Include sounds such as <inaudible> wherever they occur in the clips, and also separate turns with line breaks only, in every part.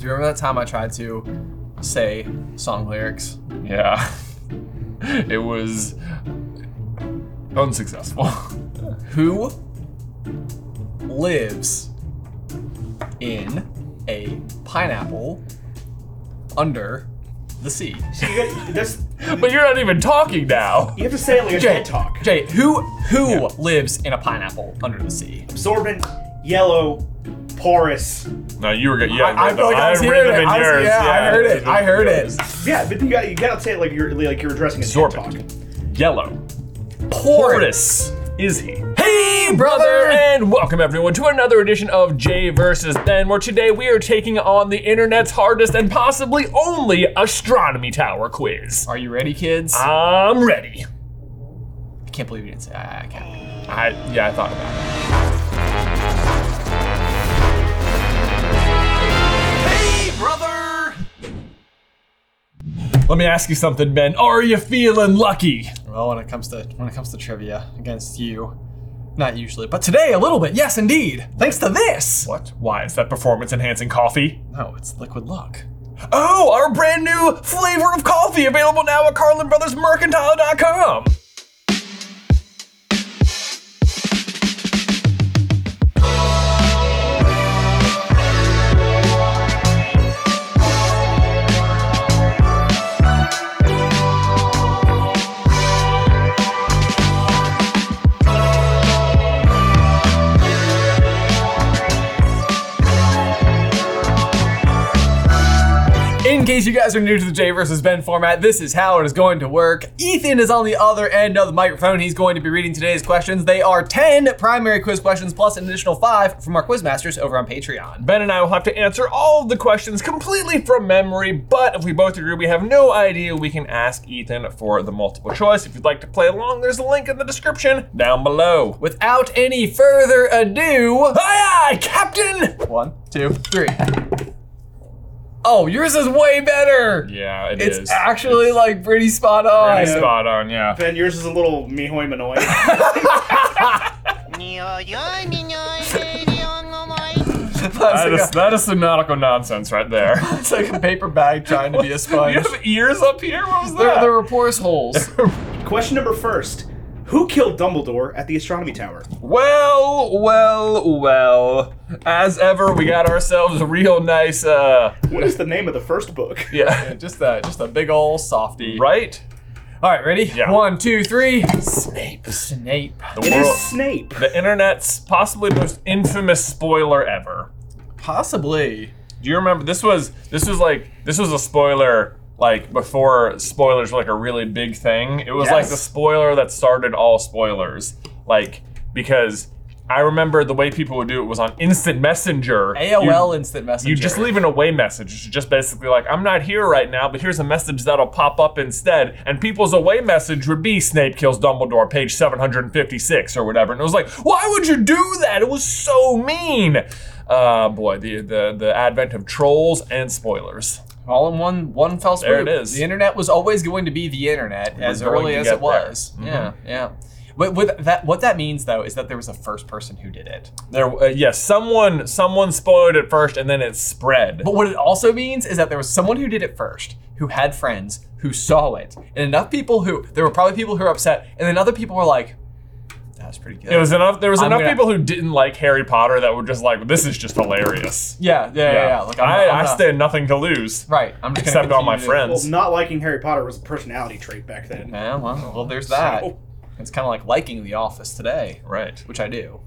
Do you remember that time I tried to say song lyrics? <laughs>
Yeah. it was <laughs> unsuccessful.
Who lives in a pineapple under the sea?
So <laughs> you got this.
<laughs> but you're not even talking now.
You have to say it like a
Jay.
TED talk.
Jay, who who lives in a pineapple under the sea?
Absorbent, yellow, porous.
No, you were good. Yeah,
I feel like I was hearing it. I was- yeah, I heard it. I heard it.
Yeah, but you got you gotta say it like you're like you're addressing a TED talk.
Sorbent. Yellow. Porous is he.
Hey,
Brother
brother!
and welcome everyone to another edition of Jay versus Ben, where today we are taking on the internet's hardest and possibly only astronomy tower quiz.
Are you ready, kids?
Uh,
I
I'm ready.
can't believe you didn't say I, I can't.
I yeah, I thought about it.
Hey, brother!
Let me ask you something, Ben. Are you feeling lucky?
Well, when it comes to when it comes to trivia against you, not usually, but today a little bit. Yes, indeed. Thanks to this.
What? Why is that performance enhancing coffee?
No, it's liquid luck.
Oh, our brand new flavor of coffee available now at carlinbrothersmercantile.com.
In case you guys are new to the Jay versus Ben format, this is how it is going to work. Ethan is on the other end of the microphone. He's going to be reading today's questions. They are 10 primary quiz questions plus an additional 5 from our quizmasters over on Patreon.
Ben and I will have to answer all of the questions completely from memory, but if we both agree we have no idea, we can ask Ethan for the multiple choice. If you'd like to play along, there's a link in the description down below.
Without any further ado,
Aye, aye, Captain!
one, two, three. Oh, yours is way better.
Yeah,
it's actually like pretty spot on.
Pretty
spot on, yeah.
Ben, yours is a little mihoy manoy. <laughs>
That's
That
like,
is,
a,
that is some nautical nonsense right there.
<laughs> it's like a paper bag trying to be a
<laughs> you
sponge.
have ears up here? What was
There,
that?
there were porous holes.
Question number first: Who killed Dumbledore at the astronomy tower?
Well, well, well. As ever, we got ourselves a real nice, uh,
What is the name of the first book?
yeah,
just a just a big old softy.
right?
All right, ready?
Yeah.
One, two, three. Snape. Snape.
The
It
world,
is Snape.
the internet's possibly most infamous spoiler ever.
Possibly.
Do you remember? This was this was like this was a spoiler like before spoilers were like a really big thing. It was like
Yes.
the spoiler that started all spoilers, like because. I remember the way people would do it was on Instant Messenger.
AOL
You-
Instant Messenger.
You just leave an away message. It's just basically like, I'm not here right now, but here's a message that'll pop up instead. And people's away message would be Snape kills Dumbledore, page 756 or whatever. And it was like, why would you do that? It was so mean. Uh, boy, the, the the advent of trolls and spoilers.
all in one one fell swoop.
There it is.
The internet was always going to be the internet as
going
early
to
as
get
it was.
there.
Yeah, yeah. But with that, what that means though is that there was a first person who did it.
There, uh, yes, someone someone spoiled it first, and then it spread.
But what it also means is that there was someone who did it first, who had friends, who saw it, and enough people who there were probably people who were upset, and then other people were like, "That was pretty good."
It was enough. There was
I'm
enough
gonna-
people who didn't like Harry Potter that were just like, "This is just hilarious."
yeah, yeah, yeah. yeah. Like I'm,
I,
I'm
I
not-
stand nothing to lose.
right. <laughs> I'm just gonna
Except all
continue
my
to-
friends.
Well, not liking Harry Potter was a personality trait back then. Oh,
Yeah, well, well, there's that.
So-
It's kind of like liking The Office today,
Right.
which I do.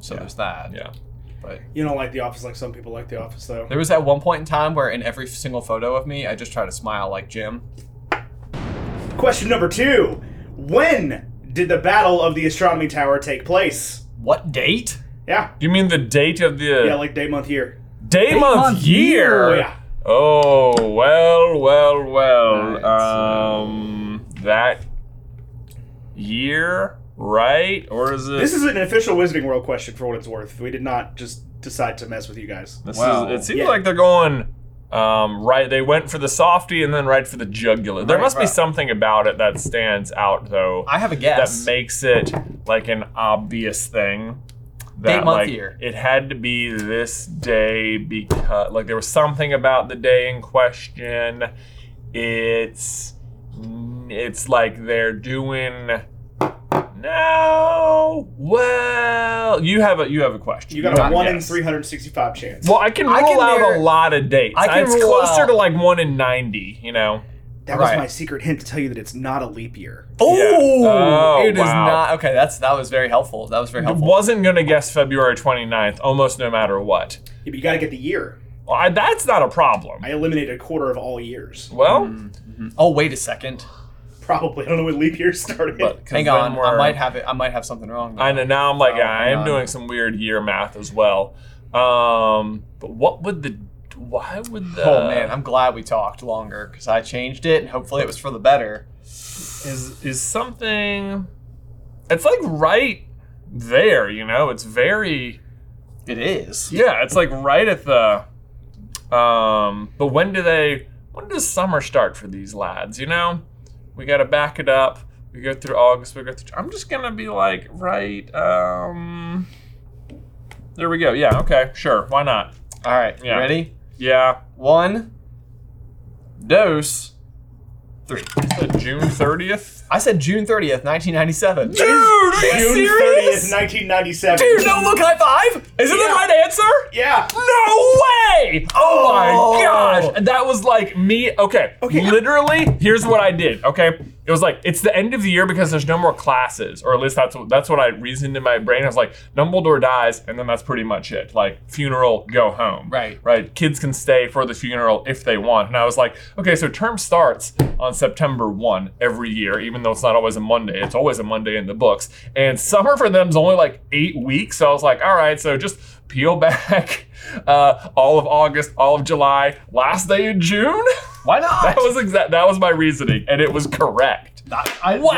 So there's that.
Yeah.
But
You don't like The Office like some people like The Office though.
There was at one point in time where in every single photo of me, I just try to smile like Jim.
Question number two: When did the Battle of the Astronomy Tower take place?
What date?
Yeah,
You mean the date of the
yeah, like day, month, year.
day, month,
month,
year?
Oh yeah,
Oh well, well, well.
Alright, so-
um, that year, right? Or is it?
this is an official Wizarding World question for what it's worth. We did not just decide to mess with you guys.
this
Wow.
is- it seems
Yeah.
like they're going. Um, right, they went for the softy and then right for the jugular. There
Right,
must be
right.
something about it that stands out, though,
I have a
that
guess.
makes it like an obvious thing. that
Date, month,
like
year.
it had to be this day because like there was something about the day in question. It's it's like they're doing no. Well, you have a you have a question.
You got
have
a one in
guess.
365 chance.
Well, I can roll
I can
out
narrow-
a lot of dates.
I can
it's
rule
closer
out-
to like one in ninety. You know.
that was
right.
my secret hint to tell you that it's not a leap year.
Oh,
Oh,
it is
wow.
not. Okay, that's that was very helpful. That was very helpful.
Wasn't gonna guess February 29th, almost no matter what.
Yeah, but you got to get the year.
Well, I, that's not a problem.
I eliminated a quarter of all years.
Well,
Oh, wait a second.
Probably. I don't know when leap year started.
but 'cause
Hang
then
on. I
we're-
might have it. I might have something wrong.
I know now I'm like
Oh,
I
hang
am
on.
doing some weird year math as well. Um, but what would the why would the
oh man, I'm glad we talked longer because I changed it and hopefully it was for the better.
is is something? It's like right there, you know. It's very
It is.
Yeah, it's like right at the. Um, but when do they? When does summer start for these lads? You know, we got to back it up. We go through August. We go through. I'm just gonna be like right. Um, there we go. Yeah. Okay. Sure. Why not?
All right.
Yeah.
Ready?
Yeah.
One. Dose. Three.
So June 30th.
I said June 30th,
<laughs>
1997.
Dude, are you
June 30th,
serious?
1997.
Dude, no look high five.
Is it the
Yeah.
right answer?
Yeah.
No way! Oh,
Oh.
my gosh! And That was like me. Okay,
Okay.
literally, here's what I did. Okay, it was like it's the end of the year because there's no more classes, or at least that's what, that's what I reasoned in my brain. I was like, Dumbledore dies, and then that's pretty much it. Like funeral, go home.
Right.
Right. Kids can stay for the funeral if they want. And I was like, okay, so term starts on September one every year, even though it's not always a Monday. It's always a Monday in the books, and summer for them is only like eight weeks. So I was like, all right, so just peel <laughs> back uh, all of August, all of July, last day in June. <laughs>
Why not?
that was exact. That was my reasoning, and it was correct.
I,
Wow.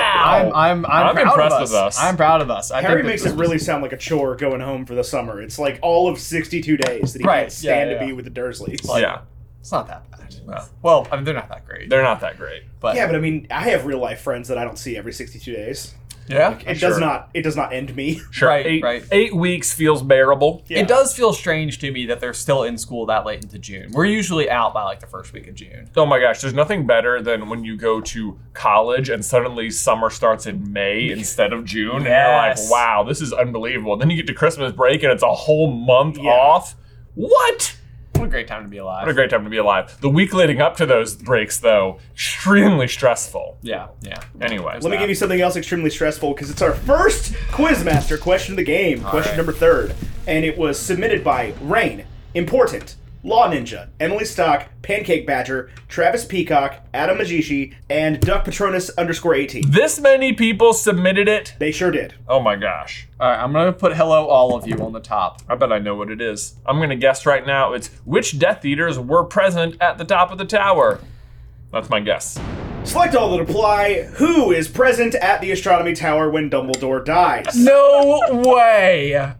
I'm I'm I'm,
I'm
proud
impressed
of
with
us.
us.
I'm proud of us. I
Harry
think
makes
that
it really sound like a chore going home for the summer. It's like all of 62 days that he
Right,
can't stand
yeah, yeah,
to be
yeah.
with the Dursleys.
yeah,
it's not that bad.
Well.
Well, I mean they're not that great.
they're not that great.
But
yeah, but I mean, I have real life friends that I don't see every 62 days.
yeah.
It
Sure.
does not. It does not end me. <laughs>
Sure,
Right,
eight,
right.
eight weeks feels bearable.
Yeah.
It does feel strange to me that they're still in school that late into June. We're usually out by like the first week of June.
Oh my gosh, there's nothing better than when you go to college and suddenly summer starts in
<laughs>
May instead of June. And
Yes.
you're like, wow, this is unbelievable. Then you get to Christmas break and it's a whole month
Yeah.
off. What?
What a great time to be alive.
What a great time to be alive. The week leading up to those breaks, though, extremely stressful.
yeah, yeah.
Anyway,
Let me give you something else extremely stressful because it's our first Quizmaster question of the game, question
right.
number third. And it was submitted by Rain, Important, Law Ninja, Emily Stock, Pancake Badger, Travis Peacock, Adam Majishi, and Duck Patronus underscore 18.
this many people submitted it.
They sure did.
Oh my gosh.
All right, I'm gonna put "Hello, all of you" on the top.
I bet I know what it is. I'm going to guess right now it's which Death Eaters were present at the top of the tower. That's my guess.
Select all that apply. Who is present at the Astronomy Tower when Dumbledore dies?
No way.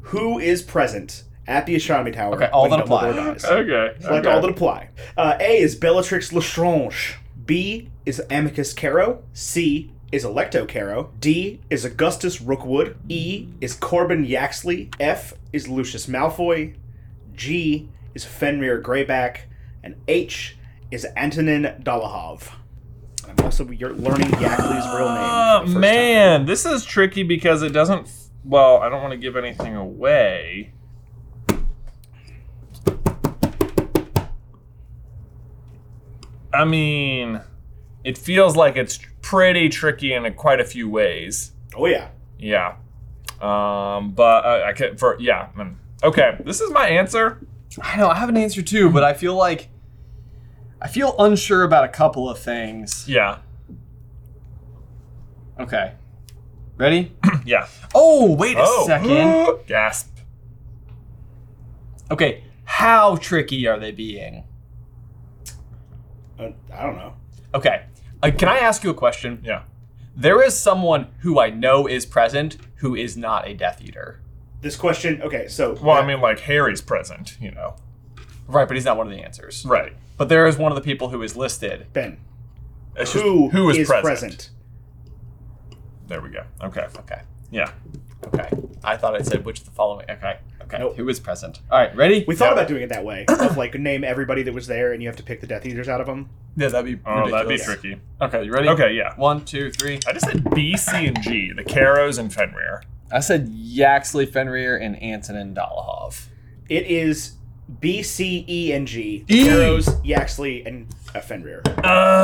Who is present at the Astronomy Tower
Okay, all
when
that
Dumbledore
apply.
dies?
Okay.
Select all that apply. Uh, a is Bellatrix Lestrange. B is Amicus Caro. C is Electo Caro. D is Augustus Rookwood. E is Corbin Yaxley. F is Lucius Malfoy. G is Fenrir Greyback. And H is Antonin Dalahov. And I'm also you're learning Yaxley's real name.
Uh,
for the first
man, this is tricky because it doesn't. f- Well, I don't want to give anything away. I mean, it feels like it's pretty tricky in a, quite a few ways.
time. Oh yeah.
Yeah. Um, but uh, I can for yeah. mm. Okay, this is my answer.
I know I have an answer too, but I feel like I feel unsure about a couple of things.
Yeah. <clears throat>
Okay. Ready?
Yeah.
Oh, wait a
<gasps>
second. <gasps>
Gasp.
Okay, how tricky are they being?
Uh, I don't know.
Okay, uh, can I ask you a question?
Yeah.
There is someone who I know is present who is not a Death Eater.
This question. Okay, so
Well,
that-
I mean, like Harry's present, you know.
Right, but he's not one of the answers.
Right.
But there is one of the people who is listed.
Ben,
It's just
who
who is, present?
present?
There we go. Okay.
Okay.
Yeah.
Okay. I thought I said which of the following. Okay. Okay.
Nope.
Who was present? All right. Ready?
We thought about doing it that way, of like <coughs> name everybody that was there, and you have to pick the Death Eaters out of them.
Yeah, that'd be.
Oh, that'd be
ridiculous.
tricky.
Okay. You ready?
Okay, yeah.
One, two, three.
I just said B, C, and G, the Caros and Fenrir.
I said Yaxley, Fenrir, and Antonin Dolohov.
It is B, C, E, and G.
E.
Heroes, Yaxley, and uh, Fenrir.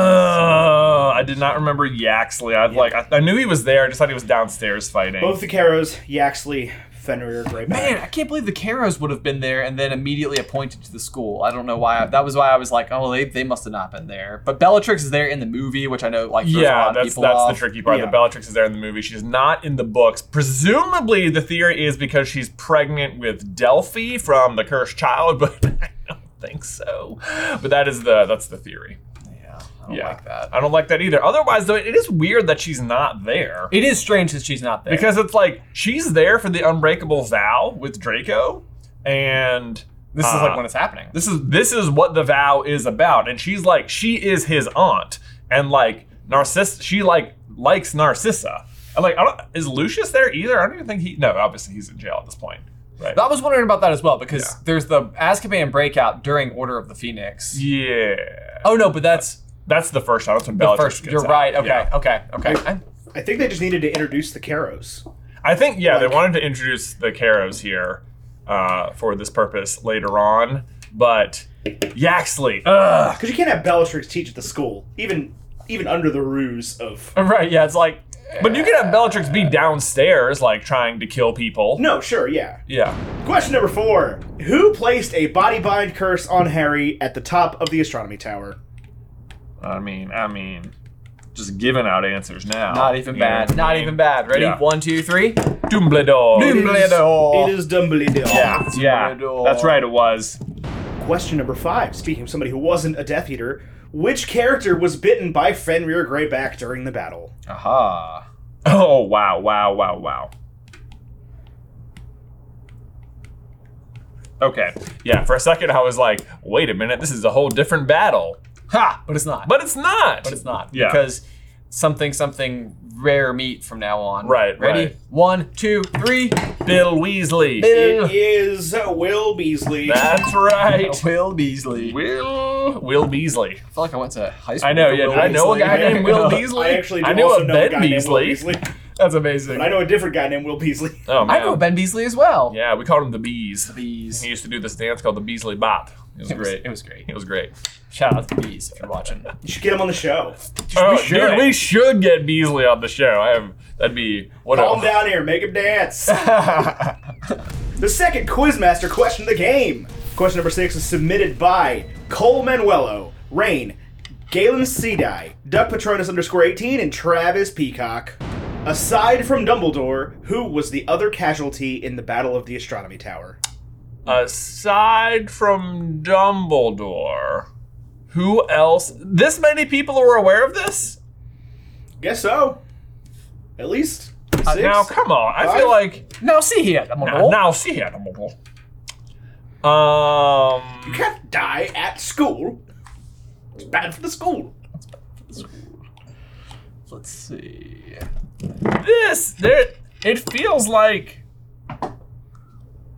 Oh, I did not remember Yaxley. I would like I, I knew he was there. I just thought he was downstairs fighting.
Both the Karos, Yaxley, Fenrir, Greyback.
Man, I can't believe the Caros would have been there and then immediately appointed to the school. I don't know why. I, that was why I was like, oh, they, they must have not been there. But Bellatrix is there in the movie, which I know like throws a lot
yeah,
of
that's
people
that's
off.
the tricky part.
Yeah.
The Bellatrix is there in the movie. She's not in the books. Presumably, the theory is because she's pregnant with Delphi from the Cursed Child, <laughs> but I don't think so. But that is the that's the theory.
Yeah, I don't
Yeah.
like that.
I don't like that either. Otherwise, though, it is weird that she's not there
It is strange that she's not there.
because it's like she's there for the Unbreakable Vow with Draco, and
this is
uh,
like when it's happening.
this is this is what the vow is about and she's like she is his aunt and like narciss she like likes narcissa and like I don't, is lucius there either i don't even think he no obviously he's in jail at this point right
I was wondering about that as well because
Yeah.
there's the Azkaban breakout during Order of the Phoenix.
yeah
Oh no, but that's
that's the first time that's when
the
Bellatrix
first.
gets
You're
out.
right. Okay,
Yeah.
okay, okay. I,
I think they just needed to introduce the Karos.
i think yeah
Like-
they wanted to introduce the caros here uh for this purpose later on but yaxley ugh.
Because you can't have Bellatrix teach at the school, even even under the ruse of.
<laughs>
right. Yeah, it's like.
but you could have bellatrix be downstairs like trying to kill people
No, sure, yeah.
yeah
Question number four Who placed a body bind curse on Harry at the top of the astronomy tower?
I mean, I mean, just giving out answers now.
Not even
You know
bad.
what I
Not
mean?
even bad. Ready?
Oh, Yeah.
One, two, three.
Dumbledore.
Doom-
It is-
Dumbledore.
It is Dumbledore.
yeah, yeah.
Dumbledore.
That's right. It was.
Question number five. Speaking of somebody who wasn't a Death Eater, which character was bitten by Fenrir Greyback during the battle?
Aha.
Oh wow, wow, wow, wow. Okay. Yeah. For a second, I was like, "Wait a minute, this is a whole different battle."
Ha! But it's not.
But it's not.
but it's not
Yeah.
because something something rare meat from now on.
Right,
Ready?
right.
One, two, three.
Bill Weasley.
Bill.
It is Will Beasley.
That's right.
Will Beasley.
Will Will Beasley.
I feel like I went to high school.
I know.
with
Yeah.
Will
Did I know a
Beasley.
guy
<laughs>
named Will <laughs> Beasley?
I actually do
I knew
also
a
know
Ben
a guy named Will Beasley,
That's amazing.
but I know a different guy named Will Beasley. <laughs>
Oh man.
I know Ben Beasley as well.
Yeah, we called him the Bees.
Bees.
He used to do this dance called the Beasley Bop. It was
It was-
great.
it was great.
It was great.
Shout out to the bees if you're watching.
You should get him on the show.
Oh,
should.
dude, we should get Beasley on the show. I have that'd be what
Calm
a-
down here, make
<laughs>
him dance. the second Quizmaster question of the game. Question number six is submitted by Cole Manuelo, Rain, Galen Sedai, Duck Patronus underscore 18, and Travis Peacock. Aside from Dumbledore, who was the other casualty in the Battle of the Astronomy Tower?
Aside from Dumbledore, who else? This many people were aware of this?
Guess so. At least six.
Uh, Now, come on. I
Five?
feel
<laughs>
like
now see here, I'm
now, now see here, Dumbledore. Um,
you can't die at school. It's bad for the school.
Let's see.
this there it feels like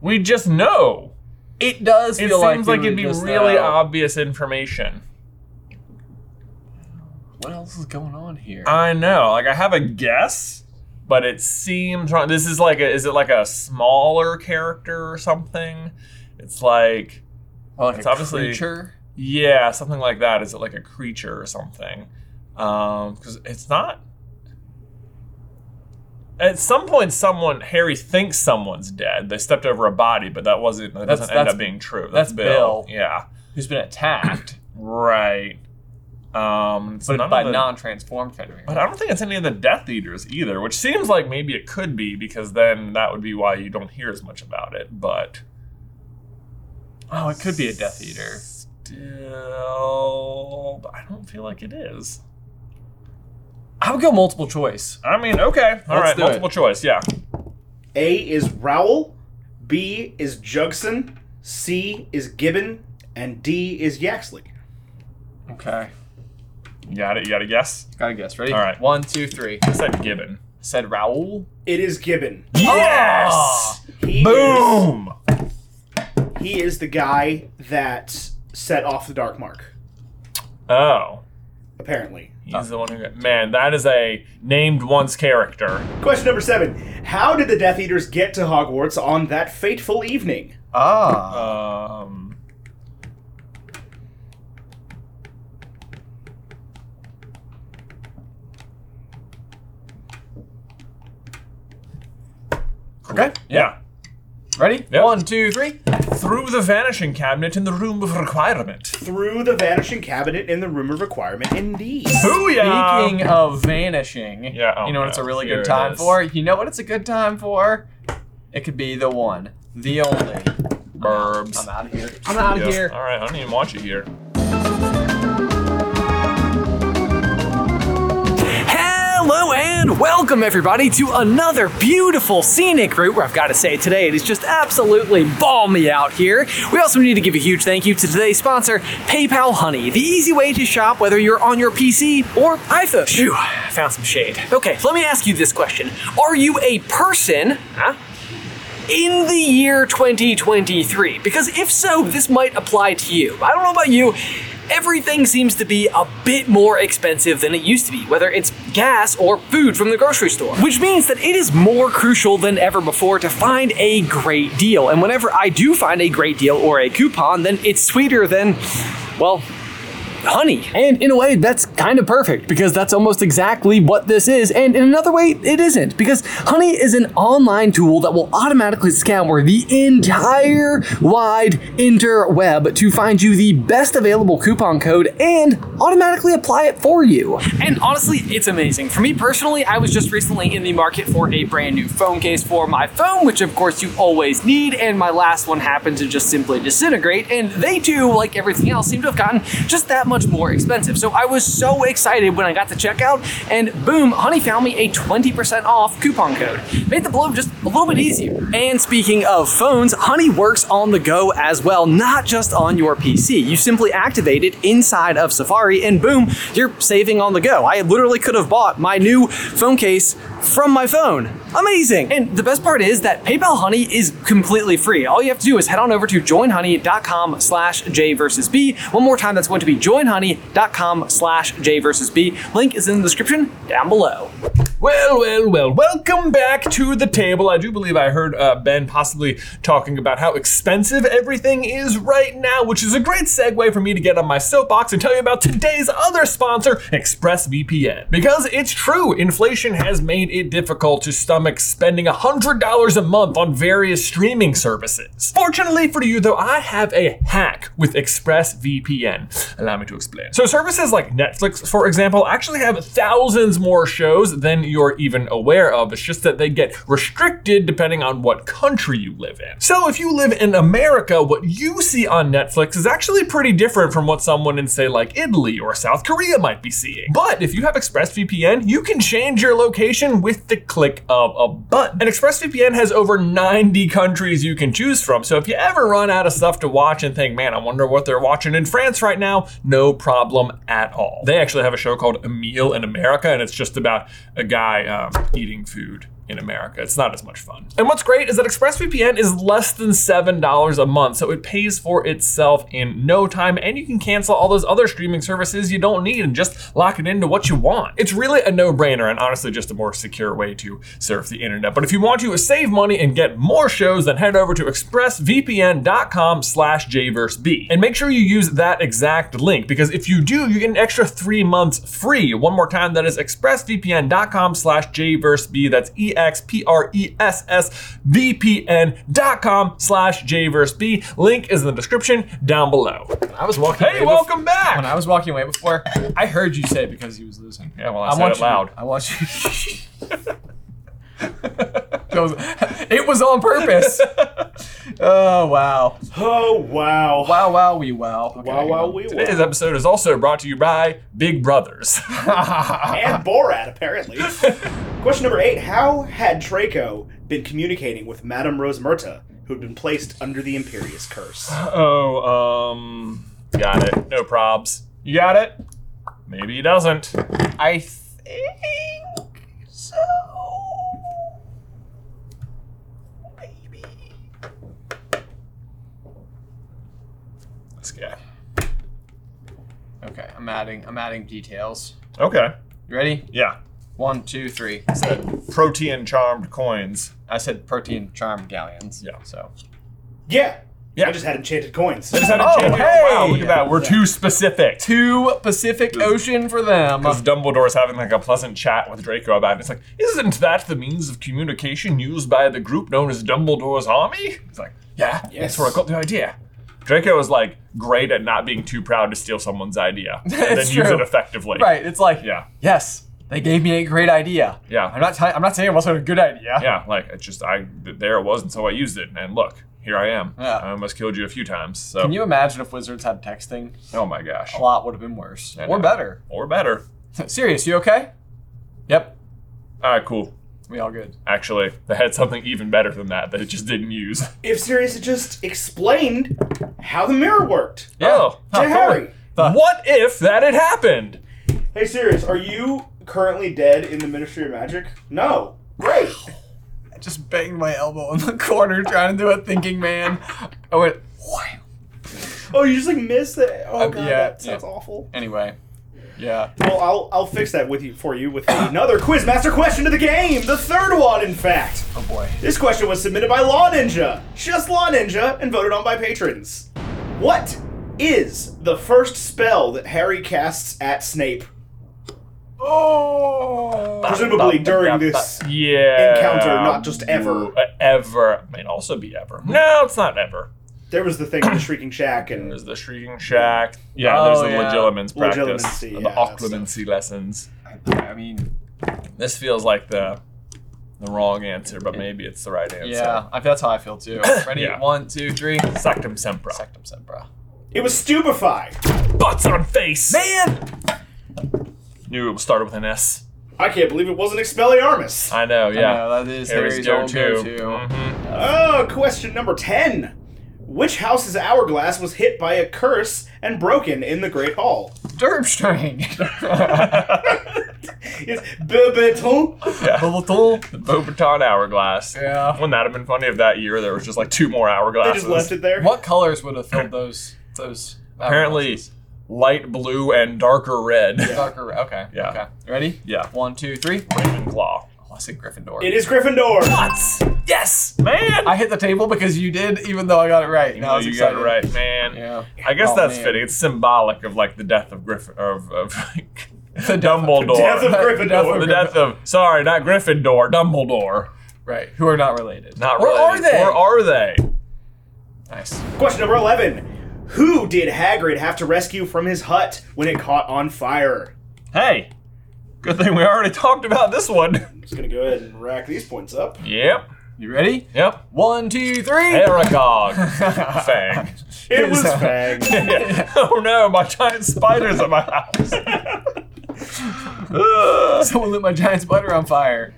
we just know
It does
it
feel like
seems
we
like,
were
it'd be
just,
really
uh,
obvious information
What else is going on here?
i know like i have a guess but it seems wrong this is like a is it like a smaller character or something it's like
well, like
it's
a
obviously- <coughs>
creature.
yeah something like that is it like a creature or something um because it's not at some point someone harry thinks someone's dead they stepped over a body but that wasn't that
That's-
doesn't end
that's-
up being true
that's Bill.
yeah
who's been <coughs> attacked,
Right. Um, it's
but
none
by
of the-
non-transformed Fenrir.
But uh, I don't think it's any of the Death Eaters either, which seems like maybe it could be because then that would be why you don't hear as much about it. But
Oh, it could be a Death Eater.
still, but I don't feel like it is.
I would go multiple choice.
I mean, okay, all
Let's
right,
do it.
multiple choice, yeah.
A is Rowell, B is Jugson, C is Gibbon, and D is Yaxley.
Okay.
You got it. You got to guess.
Gotta guess. Ready?
All right.
One, two, three.
I said Gibbon.
I said Raoul.
It is Gibbon.
Yes!
He
Boom!
Is, he is the guy that set off the dark mark,
Oh.
apparently.
He's the one who got. Man, that is a named once character.
Question number seven. How did the Death Eaters get to Hogwarts on that fateful evening?
Ah.
Um.
Okay.
Yeah.
Ready?
Yep.
One, two, three.
Through the vanishing cabinet in the room of requirement.
Through the vanishing cabinet in the room of requirement, indeed.
Booyah!
Speaking of vanishing,
Yeah, oh
you know what
yeah,
it's a really
here
good
it
time
is.
for? You know what it's a good time for? It could be the one, the only.
Burbs.
I'm out of here. I'm out of
Yeah.
here.
All right, I don't even watch it here.
Hello and welcome everybody to another beautiful scenic route where I've got to say today it is just absolutely balmy out here. We also need to give a huge thank you to today's sponsor, PayPal Honey, the easy way to shop whether you're on your PC or iPhone. Phew, I found some shade. Okay, so let me ask you this question. Are you a person, huh? in the year 2023? Because if so, this might apply to you. I don't know about you. Everything seems to be a bit more expensive than it used to be, whether it's gas or food from the grocery store. Which means that it is more crucial than ever before to find a great deal. And whenever I do find a great deal or a coupon, then it's sweeter than, well, honey. And in a way, that's kind of perfect because that's almost exactly what this is. And in another way, it isn't because honey is an online tool that will automatically scour the entire wide interweb to find you the best available coupon code and automatically apply it for you. And honestly, it's amazing. For me personally, I was just recently in the market for a brand new phone case for my phone, which of course you always need. And my last one happened to just simply disintegrate. And they too, like everything else, seem to have gotten just that much more expensive. So I was so excited when I got to checkout, and boom, Honey found me a 20% off coupon code. Made the blow just a little bit easier. And speaking of phones, Honey works on the go as well, not just on your PC. You simply activate it inside of Safari, and boom, you're saving on the go. I literally could have bought my new phone case from my phone. Amazing! And the best part is that PayPal Honey is completely free. All you have to do is head on over to joinhoney.com slash J versus B. One more time, that's going to be joinhoney.com slash J versus B. Link is in the description down below.
Well, well, well, welcome back to the table. I do believe I heard uh, Ben possibly talking about how expensive everything is right now, which is a great segue for me to get on my soapbox and tell you about today's other sponsor, ExpressVPN. Because it's true, inflation has made it difficult to stomach spending $100 a month on various streaming services. Fortunately for you, though, I have a hack with ExpressVPN. Allow me to explain. So, services like Netflix, for example, actually have thousands more shows than you're even aware of. It's just that they get restricted depending on what country you live in. So, if you live in America, what you see on Netflix is actually pretty different from what someone in, say, like Italy or South Korea might be seeing. But if you have ExpressVPN, you can change your location with the click of a button. And ExpressVPN has over 90 countries you can choose from. So if you ever run out of stuff to watch and think, man, I wonder what they're watching in France right now, no problem at all. They actually have a show called A Meal in America, and it's just about a guy um, eating food. In America, it's not as much fun. And what's great is that ExpressVPN is less than $7 a month, so it pays for itself in no time, and you can cancel all those other streaming services you don't need and just lock it into what you want. It's really a no brainer and honestly just a more secure way to surf the internet. But if you want to save money and get more shows, then head over to expressvpn.com slash jverseb. And make sure you use that exact link because if you do, you get an extra three months free. One more time, that is expressvpn.com slash jverseb. That's E E-X-P-R-E-S-S vpn.com slash jverseb. Link is in the description down below.
When I was walking. away
Hey,
bef-
welcome back!
When I was walking away before, I heard you say it because he was losing.
Yeah, well, I said
want
it
you-
loud.
I want you. That was- it was on
<laughs>
purpose. oh wow!
Oh, wow.
Wow! Wow! We wow! Okay,
Wow, wow, we
Today's
wow.
episode is also brought to you by Big Brothers. <laughs>
<laughs>
And Borat, apparently. Question number eight. How had Draco been communicating with Madame Rosmerta, who'd been placed under the Imperious Curse?
oh, um, got it. No probs. You got it? Maybe he doesn't.
I think so. Okay, I'm adding. I'm adding details.
Okay.
You ready?
Yeah.
One, two, three.
Protean charmed coins.
I said protein charm galleons.
Yeah.
So
Yeah.
Yeah.
I just had enchanted coins.
Is that
Oh,
enchanted?
hey!
Wow, look at that. We're too specific.
two Pacific Ocean for them.
Because Dumbledore's having like a pleasant chat with Draco about it. It's like, isn't that the means of communication used by the group known as Dumbledore's Army? It's like, yeah, that's where I got the idea. Draco is like great at not being too proud to steal
<laughs>
someone's idea and then
It's
use
true.
it effectively.
Right. It's like
Yeah.
Yes, they gave me a great idea.
Yeah.
I'm not. i I'm not saying it wasn't a good idea.
Yeah, like it's just I there it was, and so I used it, and look, here I am.
Yeah.
I almost killed you a few times. So,
Can you imagine if wizards had texting?
oh my gosh,
A lot would have been worse
I
or
know.
better. <laughs>
or better.
Serious, you okay? Yep,
All right, cool.
we all good.
Actually, they had something even better than that that it just didn't
<laughs>
use.
If Sirius had just explained how the mirror worked.
Oh,
Yeah.
Hey, Harry.
what if that had happened?
Hey, Sirius, are you currently dead in the Ministry of Magic? No. Great.
I just banged my elbow in the <laughs> corner trying to do a thinking man. I went. Wham.
Oh, you just like missed it. Oh, God.
yeah,
that sounds
yeah.
awful.
Anyway, yeah.
Well, I'll, I'll fix that with you for you with another Quizmaster question of the game. The third one, in fact.
Oh boy.
This question was submitted by Law Ninja, just Law Ninja, and voted on by patrons. What is the first spell that Harry casts at Snape?
Oh.
Presumably during this.
yeah
encounter, not just ever.
Uh, ever might also be ever. No, it's not ever.
There was the thing with the Shrieking Shack and
There's the shrieking shack. Yeah, there's
Oh,
the
yeah.
legilimens practice,
Legilimency,
the
yeah, that stuff.
occlumency lessons.
I mean,
This feels like the the wrong answer, but maybe it's the right answer.
yeah. I, that's how I feel too. Ready?
Yeah.
One, two, three.
Sectum sempra.
Sectum sempra.
it was Stupefy.
Butts on face.
Man.
Knew it started with an S.
I can't believe it wasn't Expelliarmus.
I know.
Yeah,
Yeah.
that is
Harry's
Harry's
go-to.
old go-to.
Mhm.
Oh, question number 10. Which house's hourglass was hit by a curse and broken in the Great Hall? <laughs>
Durmstrang.
<laughs>
<laughs>
Mm-hmm.
It's Bebeton.
yeah.
Boboton.
The Bobaton hourglass.
Yeah.
Wouldn't that have been funny if that year there was just like two more
They
hourglasses?
just left it there.
What colors would have filled those those?
Apparently, light blue and darker red.
outboxes? darker. red. Okay.
Yeah.
Okay. You Ready?
<laughs> Yeah.
One, two, three.
Ravenclaw.
Oh, I said Gryffindor.
It is Gryffindor.
Butts. Yes, man.
I hit the table because you did, even though I got it right. Now I
No,
was
you
excited.
got it right, man.
Yeah.
I guess
Oh,
that's
man.
fitting. It's symbolic of like the death of Griffin of, of
The death of-
Dumbledore.
<laughs> Death of Gryffindor.
Death of
the death of sorry, not Gryffindor, Dumbledore.
Right. Who are not related?
Not
Or
really.
are they?
Or are they?
nice.
Question number 11. Who did Hagrid have to rescue from his hut when it caught on fire?
Hey, good thing we already talked about this one.
I'm just going to go ahead and rack these points up.
yep,
You ready?
yep.
One, two, three. <laughs>
Aragog, Fang.
It was Fag.
Yeah. Oh no, my giant spiders at my house. Ugh.
Someone lit my giant spider on fire.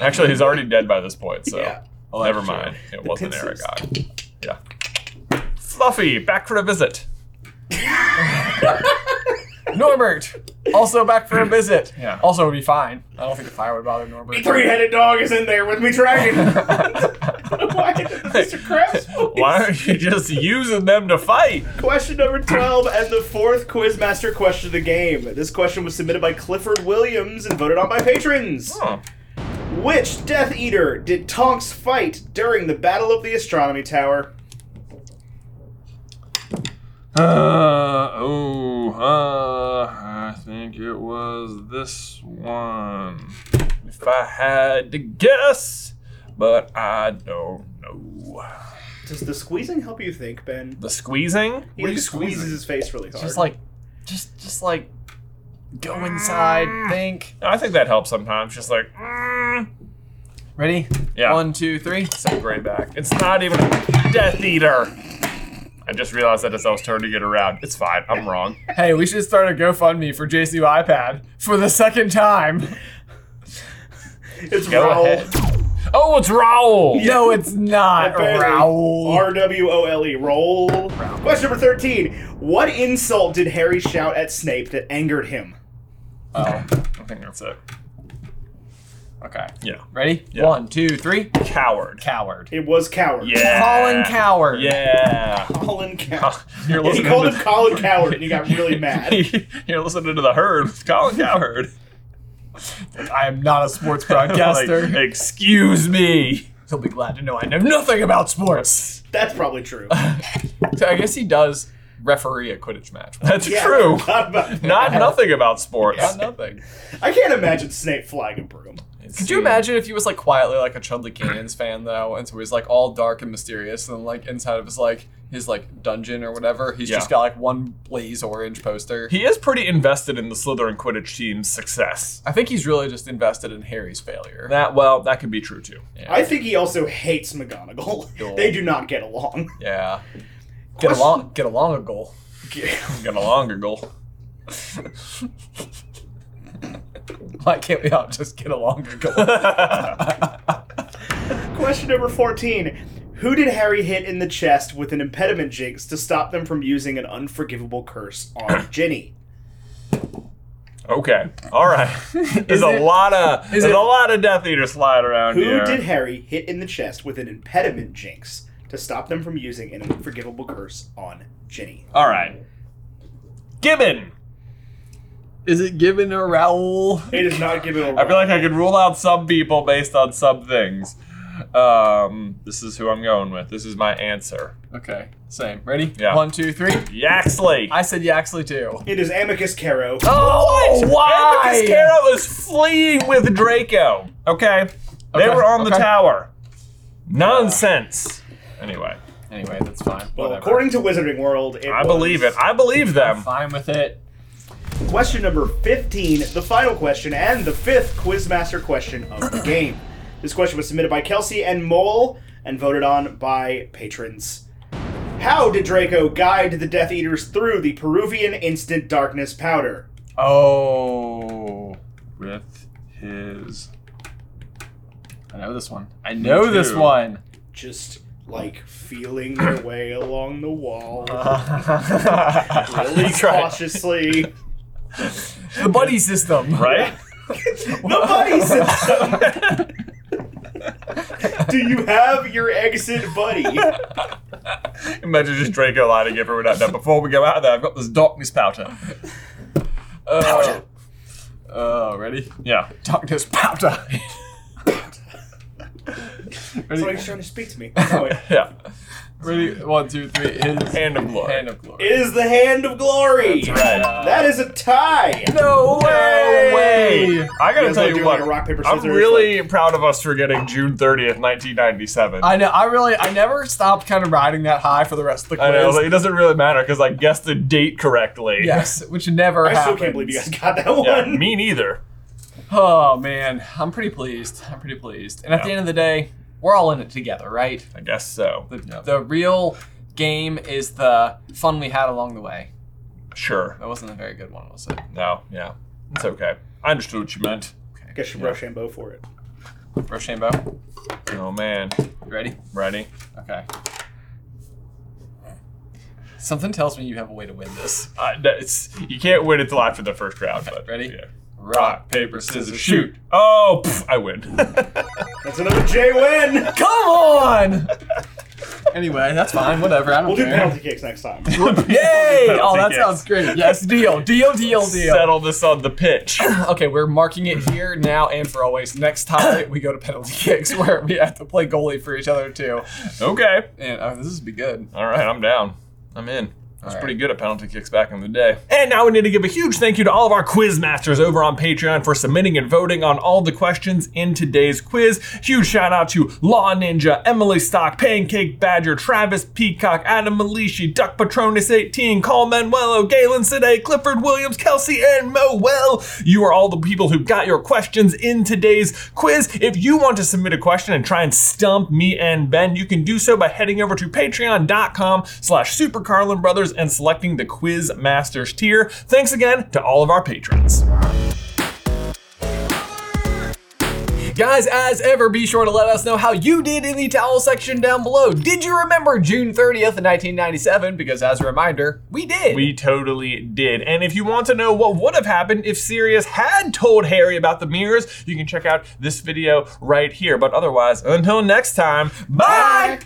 Actually, he's already dead by this point, so
<laughs> Yeah.
Well,
never
that's true.
mind. It wasn't
pincers.
Aragog. Yeah. Fluffy, back for a visit.
Norbert, also back for a visit.
Yeah.
Also, would be fine. I don't think the fire would bother Norbert.
Three-headed dog is in there with me dragging. <laughs> Why did the Mr. Krabs voice? <laughs>
Why aren't you just using them to fight?
Question number 12 and the fourth Quizmaster question of the game. This question was submitted by Clifford Williams and voted on by patrons.
Huh.
Which Death Eater did Tonks fight during the Battle of the Astronomy Tower?
Uh, oh, uh, I think it was this one. If I had to guess, but I don't know.
Does the squeezing help you think, Ben?
The squeezing?
He like, squeezes his face really hard.
Just like, just, just like, go inside. Think.
I think that helps sometimes. Just like, mm.
Ready?
Yeah.
One, two, three.
so great back. It's not even a Death Eater. I just realized that as I was turning it around. It's fine. I'm wrong.
Hey, we should start a GoFundMe for JCU iPad for the second
<laughs>
time.
it's
Go
Raoul.
ahead.
<laughs>
Oh, it's Raoul.
No, it's
<laughs>
not.
Apparently,
Raoul.
R W O L E. Roll. Question number 13. What insult did Harry shout at Snape that angered him?
I think that's it.
Oh, Okay.
Yeah.
Ready?
Yeah.
One, two, three.
Coward.
Coward.
It was Coward.
Yeah.
Colin Coward.
Yeah.
Colin Coward.
You're
<laughs> he
listening
called
to- <laughs>
him Colin Coward, and he got really mad.
You're listening to the herd with Colin Cowherd. <laughs>
I am not a sports broadcaster.
Like, excuse me.
He'll be glad to know I know nothing about sports.
That's probably true.
Uh,
So I guess he does referee a Quidditch match.
That's
Yeah,
true.
<laughs> I forgot about
<laughs>
that.
Not nothing about sports.
Not nothing.
I can't imagine Snape flying a broom.
Could you imagine if he was like quietly like a Chudley Canyons fan though, and so he's like all dark and mysterious, and like inside of his like his like dungeon or whatever, he's
Yeah.
just got like one blaze orange poster.
He is pretty invested in the Slytherin Quidditch team's success.
I think he's really just invested in Harry's failure.
That well, that could be true too.
I think he also hates McGonagall. they do not
<laughs>
get along.
yeah. Get along, get along a goal.
Got a longer goal.
<laughs> Why can't we all just get along a goal?
<laughs>
Question number 14. Who did Harry hit in the chest with an impediment jinx to stop them from using an unforgivable curse <coughs> on Ginny?
<laughs> Okay.
<laughs>
All right. There's
Is
a
it-
lot of
is
there's
it-
a lot of Death Eaters flying around
Who
here.
did Harry hit in the chest with an impediment jinx to stop them from using an unforgivable curse on Ginny?
All right. Gibbon.
Is it given a Raoul?
It is not given a
I feel like I could rule out some people based on some things. Um, this is who I'm going with. This is my answer.
Okay, same. Ready?
Yeah.
One, two, three.
Yaxley.
I said Yaxley too.
It is Amicus Caro.
Oh,
What? Amicus Carol is fleeing with Draco. Okay. They
Okay,
were on the
okay.
tower. Nonsense. Anyway,
Anyway, that's fine.
Well,
Whatever.
according to Wizarding World, it
I
was-
believe it. I believe
<laughs>
them.
fine with it.
Question number 15, the final question, and the fifth Quizmaster question
<clears throat>
of the game. This question was submitted by Kelsey and Mole and voted on by patrons. How did Draco guide the Death Eaters through the Peruvian instant darkness powder?
Oh,
With his.
I know this one. I know this
too. <laughs>
one.
Just like
<clears throat>
feeling their way along the wall, really
Uh, <laughs> That's right.
cautiously.
The buddy system.
Right?
the buddy system. Do you have your exit
<laughs>
buddy?
<laughs> Imagine just Draco lying to everyone out there. Before we go out there, I've got this darkness powder.
Oh, oh ready?
Yeah.
Darkness powder.
That's why
ready,
he's trying to speak to me. Oh, wait.
Yeah.
ready, one, two, three. His
Hand of glory.
hand of glory.
It is the hand of glory.
right.
That is a tie.
No
Hey, I gotta
guys
tell
wanna
you
do,
what.
like, a rock, paper,
I'm
scissors,
really proud of us for getting June 30th, 1997.
I know. I really. I never stopped kind of riding that high for the rest of the quiz.
I know like, <laughs> it doesn't really matter because I guessed the date correctly.
Yes, which never
I still
happens.
can't believe you guys got that
Yeah,
<laughs> one.
me neither.
Oh man, I'm pretty pleased. I'm pretty pleased. And at the
Yeah.
end of the day, we're all in it together, right?
I guess so.
The,
Yeah.
the real game is the fun we had along the way.
Sure.
That wasn't a very good one, was it?
No. Yeah. It's okay. I understood what you meant.
Guess you yeah. Rochambeau for it.
Rochambeau,
Oh man.
you ready?
Ready?
Okay. Something tells me you have a way to win this.
Uh, that's, you can't win until after the first round. But
Ready?
Yeah.
Rock, paper, scissors, shoot.
Oh, pff, I
<laughs>
win.
That's another J win.
Come on! <laughs> anyway, that's fine. Whatever. I don't
We'll do
care.
penalty kicks next time.
Yay! Oh,
Penalty
that
kick.
sounds great. Yes, deal, deal, deal, deal.
Settle this on the pitch.
<clears throat>
Okay, we're marking it here now and for always. Next time we go to penalty <laughs> kicks where we have to play goalie for each other too.
okay.
And oh, this is be good.
All right, I'm down. I'm in. I was
All right.
pretty good at penalty kicks back in the day. And now we need to give a huge thank you to all of our quiz masters over on Patreon for submitting and voting on all the questions in today's quiz. Huge shout out to Law Ninja, Emily Stock, Pancake Badger, Travis Peacock, Adam Malishi, Duck Patronus 18, Call Manuelo, Galen Sade, Clifford Williams, Kelsey, and Mo Well. You are all the people who got your questions in today's quiz. If you want to submit a question and try and stump me and Ben, you can do so by heading over to patreon.com slash supercarlinbrothers and selecting the Quiz Masters tier. Thanks again to all of our patrons.
Guys, as ever, be sure to let us know how you did in the towel section down below. Did you remember June 30th, 1997? Because as a reminder, we did.
We totally did. And if you want to know what would have happened if Sirius had told Harry about the mirrors, you can check out this video right here. But otherwise, until next time, bye!